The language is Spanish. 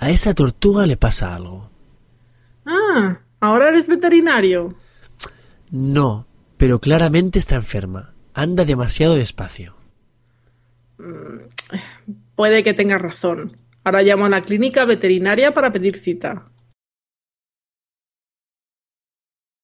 A esa tortuga le pasa algo. Ah, ahora eres veterinario. No, pero claramente está enferma. Anda demasiado despacio. Puede que tengas razón. Ahora llamo a la clínica veterinaria para pedir cita.